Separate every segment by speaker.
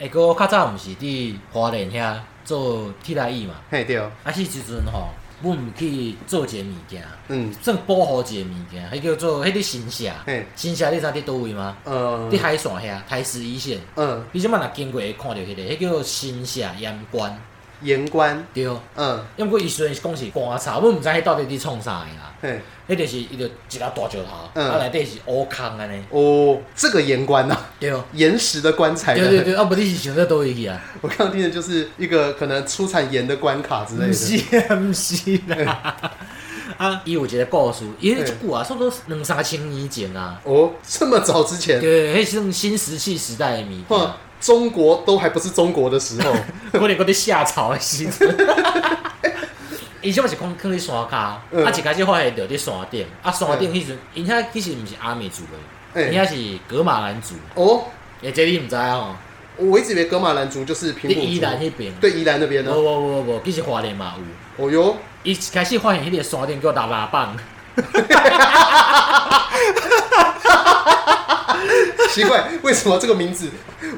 Speaker 1: 下个我较早毋是伫花莲遐做替代役嘛，
Speaker 2: 嘿对，
Speaker 1: 啊，迄时阵吼，阮毋去做一个物件，
Speaker 2: 嗯，
Speaker 1: 算保护一个物件，迄叫做迄个新社
Speaker 2: 嘿，
Speaker 1: 新社你知伫倒位吗？
Speaker 2: 呃，
Speaker 1: 伫海线遐，台十一线，
Speaker 2: 嗯，
Speaker 1: 你即摆若经过会看到迄个，迄叫新社盐官，
Speaker 2: 盐官，
Speaker 1: 对。
Speaker 2: 嗯，
Speaker 1: 要毋过伊虽然是讲是观察，阮毋知迄到底伫创啥的啦。
Speaker 2: 嘿，
Speaker 1: 迄就是伊就一个大石头，
Speaker 2: 嗯
Speaker 1: 啊内底是乌空安尼，
Speaker 2: 哦，这个盐官呐、啊，
Speaker 1: 对。
Speaker 2: 岩石的棺材
Speaker 1: 对
Speaker 2: 的，
Speaker 1: 对对，啊，无你是想到倒位去啊？
Speaker 2: 我刚刚听的就是一个可能出产盐的关卡之类
Speaker 1: 毋
Speaker 2: 的，哎
Speaker 1: 是啊，毋是 啦。啊，伊有一个故事，伊迄
Speaker 2: 嗯
Speaker 1: 即久啊，差不多两三千年前啊，
Speaker 2: 哦，这么早之前，
Speaker 1: 对，迄是种新石器时代的物件啊哦
Speaker 2: 哇，，中国都还不是中国的时候，
Speaker 1: 可能嗰啲夏朝的时 阵。伊即嘛是讲放伫山骹，啊
Speaker 2: 嗯
Speaker 1: 一开始发现着伫山顶，啊山顶
Speaker 2: 嗯
Speaker 1: 迄阵，因遐其实毋是阿美族的，因
Speaker 2: 哎，
Speaker 1: 遐是格马兰族，
Speaker 2: 哦，
Speaker 1: 诶，这你毋知啊吼？
Speaker 2: 我一直以为噶玛兰族就是
Speaker 1: 伫
Speaker 2: 平埔
Speaker 1: 宜兰哦
Speaker 2: 族，
Speaker 1: 迄边，
Speaker 2: 对宜兰那边
Speaker 1: 无
Speaker 2: 呢，
Speaker 1: 无无无，其实花莲嘛有。
Speaker 2: 哦哟，
Speaker 1: 伊一开始发现迄个山顶叫拉拉棒，
Speaker 2: 奇怪，为什么这个名字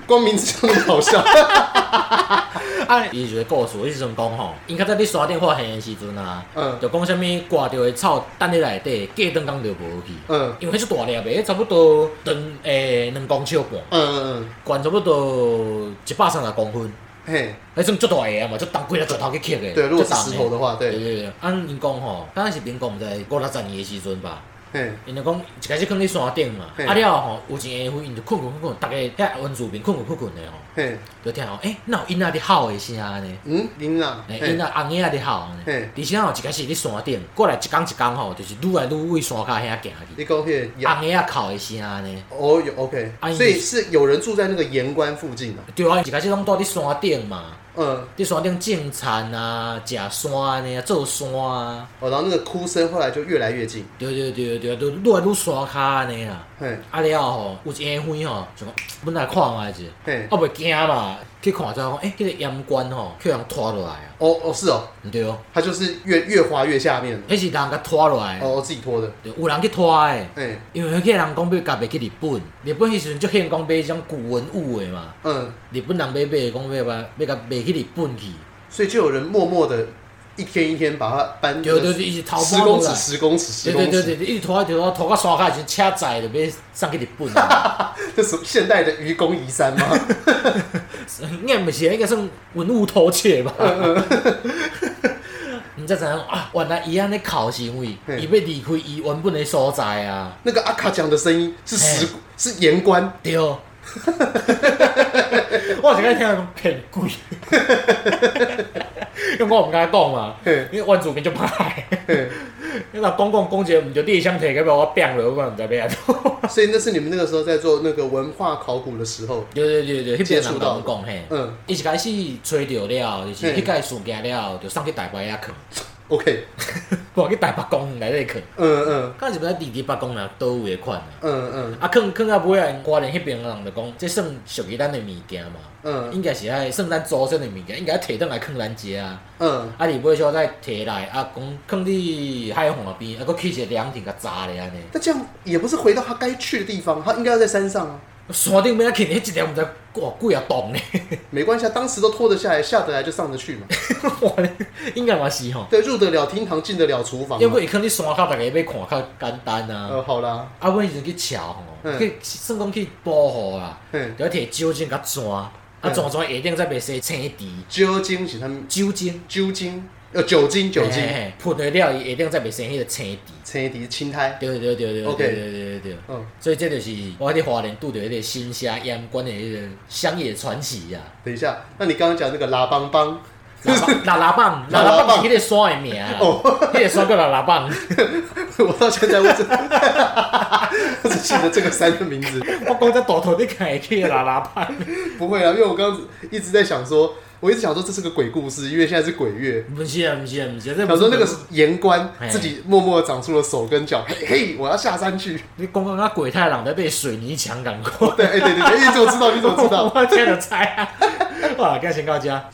Speaker 2: 光名字就那么好笑？
Speaker 1: 啊，伊就会故事，伊时阵讲吼，因较早伫山顶发现的时阵啊，
Speaker 2: 嗯
Speaker 1: 就讲啥物挂着的草等伫内底，过灯工就无去，
Speaker 2: 嗯
Speaker 1: 因为迄是大粒的，差不多长诶两公尺半，
Speaker 2: 嗯嗯，
Speaker 1: 悬差不多一百三十公分，
Speaker 2: 嘿，
Speaker 1: 迄种足大个啊嘛，足重几粒石头去捡的，
Speaker 2: 对，如果是
Speaker 1: 足重的
Speaker 2: 石头的话，
Speaker 1: 对
Speaker 2: 对，
Speaker 1: 对对，按因讲吼，当然是民国毋知五六十年的时阵吧，
Speaker 2: 嘿，
Speaker 1: 因就讲一开始囥伫山顶嘛，
Speaker 2: 嘿
Speaker 1: 啊了后吼，有一下昏因就困困困困，逐个遐原住民困困困困的吼，
Speaker 2: 嘿，
Speaker 1: 就听吼，诶，哪有因仔伫嚎的声呢？
Speaker 2: 嗯，琳娜，
Speaker 1: 诶，因
Speaker 2: 嘿，
Speaker 1: 仔红啊影伫嚎呢。
Speaker 2: 嘿，
Speaker 1: 而且吼，一开始伫山顶，过来一工一工吼，就是愈来愈为山骹遐行去，
Speaker 2: 你讲迄个羊，
Speaker 1: 红影哭的声呢。
Speaker 2: 哦有 OK，
Speaker 1: 啊
Speaker 2: 所以是有人住在那个盐官附近啊，
Speaker 1: 对啊，一开始拢住伫山顶嘛，
Speaker 2: 嗯，
Speaker 1: 伫山顶种田啊、食山安尼啊、做山啊，
Speaker 2: 哦，然后那个哭声后来就越来越近，
Speaker 1: 对对对对，就愈来愈山骹安尼啦。
Speaker 2: 嘿，
Speaker 1: 啊了后吼，有一下昏吼，就讲本来看觅者。啊
Speaker 2: 嘿，
Speaker 1: 我袂惊嘛，去看出来讲，诶、迄、个盐官吼，去人拖落来啊，
Speaker 2: 哦哦是哦，
Speaker 1: 毋对哦，
Speaker 2: 它就是越越滑越下面，
Speaker 1: 迄是人甲拖落来的，
Speaker 2: 哦，我自己拖的，
Speaker 1: 对有人去拖诶，
Speaker 2: 嘿，
Speaker 1: 因为迄个人讲要甲袂去日本，日本迄时阵就兴讲买迄种古文物诶嘛，
Speaker 2: 嗯，
Speaker 1: 日本人买买讲要把要甲卖去日本去，
Speaker 2: 所以就有人默默的一天一天把它搬，
Speaker 1: 对对对，一直偷
Speaker 2: 十
Speaker 1: 搬
Speaker 2: 公
Speaker 1: 落
Speaker 2: 尺
Speaker 1: 来。
Speaker 2: 十公尺十
Speaker 1: 对对
Speaker 2: 公
Speaker 1: 对
Speaker 2: 尺，
Speaker 1: 对，对一直拖一直拖拖到山骹，就车载就要送去日本啊。
Speaker 2: 这是现代的愚公移山吗？
Speaker 1: 应该毋是，应该算文物偷窃吧。
Speaker 2: 嗯
Speaker 1: 你才知影啊，原来伊安尼哭是因为
Speaker 2: 嘿
Speaker 1: 伊要离开伊原本的所在啊。
Speaker 2: 那个阿卡讲的声音是石是盐官，
Speaker 1: 对， 我是爱听讲骗鬼， 因为我毋敢讲嘛，
Speaker 2: 嘿
Speaker 1: 因为原住民就歹。
Speaker 2: 嘿
Speaker 1: 你若讲讲讲一个毋对，你会想摕个把我变落，我嘛毋知要安怎。
Speaker 2: 所以那是你们那个时候在做那个文化考古的时候，
Speaker 1: 对对对对，迄边人甲
Speaker 2: 到
Speaker 1: 阮讲嘿，
Speaker 2: 嗯
Speaker 1: 伊一开始吹着了，就是
Speaker 2: 嘿
Speaker 1: 迄个事件了，就送去台北遐去，
Speaker 2: ，OK，
Speaker 1: 我去台北公园内底去。
Speaker 2: 嗯嗯
Speaker 1: 敢是不知弟弟北公人倒位的款啊。
Speaker 2: 嗯嗯
Speaker 1: 啊，囥囥到尾啊，花莲迄边的人就讲，这算属于咱的物件嘛，
Speaker 2: 嗯
Speaker 1: 应该是爱算咱祖先的物件，应该摕倒来囥咱遮啊。
Speaker 2: 嗯，
Speaker 1: 啊，你尾小再摕来啊，讲囥伫海岸边，啊，佫起一个凉亭甲砸咧安尼。
Speaker 2: 那这样也不是回到他该去的地方，他应该要在山上啊，
Speaker 1: 山顶边啊，囥迄一条毋知哇几啊栋咧，
Speaker 2: 没关系啊，当时都拖得下来，下得来就上得去嘛，
Speaker 1: 哇咧应该嘛是吼。
Speaker 2: 对，入得了厅堂，进得了厨房
Speaker 1: 要不
Speaker 2: 嘛，
Speaker 1: 伊囥伫山骹，逐个要看较简单啊。
Speaker 2: 呃，好啦，
Speaker 1: 啊，阮迄阵去桥吼，
Speaker 2: 嗯
Speaker 1: 去算讲去保护啦，
Speaker 2: 嗯，
Speaker 1: 就摕酒精甲抓，啊
Speaker 2: 嗯
Speaker 1: 抓抓下顶再袂洗青池。
Speaker 2: 酒精是他们
Speaker 1: 酒精，
Speaker 2: 酒精，呃，酒精酒
Speaker 1: 嘿
Speaker 2: 精，
Speaker 1: 嘿喷了了，伊下顶再袂生迄个青滴。
Speaker 2: 青迪青苔，
Speaker 1: 对对对对
Speaker 2: OK
Speaker 1: 对对对对。
Speaker 2: 嗯，
Speaker 1: 所以这就是我伫华人拄着迄个新社盐官的迄个乡野传 奇啊，
Speaker 2: 等一下，那你刚刚讲那个拉邦邦，
Speaker 1: 拉棒拉拉 棒，
Speaker 2: 拉
Speaker 1: 拉
Speaker 2: 拉
Speaker 1: 拉
Speaker 2: 棒
Speaker 1: 棒是迄个山的名啊，
Speaker 2: 哦，
Speaker 1: 迄个山叫拉拉棒，
Speaker 2: 我到现在我只 我只记得这个山的名字。
Speaker 1: 我讲这大头你看会起拉拉棒，
Speaker 2: 不会啊，因为我刚刚一直在想说，我一直想说这是个鬼故事，因为现在是鬼月。
Speaker 1: 不是啊不是啊不是啊，这不
Speaker 2: 想说那个
Speaker 1: 是哎
Speaker 2: 盐官
Speaker 1: 嘿
Speaker 2: 自己默默地长出了手跟脚，嘿嘿，我要下山去。
Speaker 1: 你讲讲啊鬼太郎在被水泥墙赶过，
Speaker 2: 哎对，哎、对对对，你怎么知道？你怎么知道？
Speaker 1: 我这就知啊，哇，今天先到这。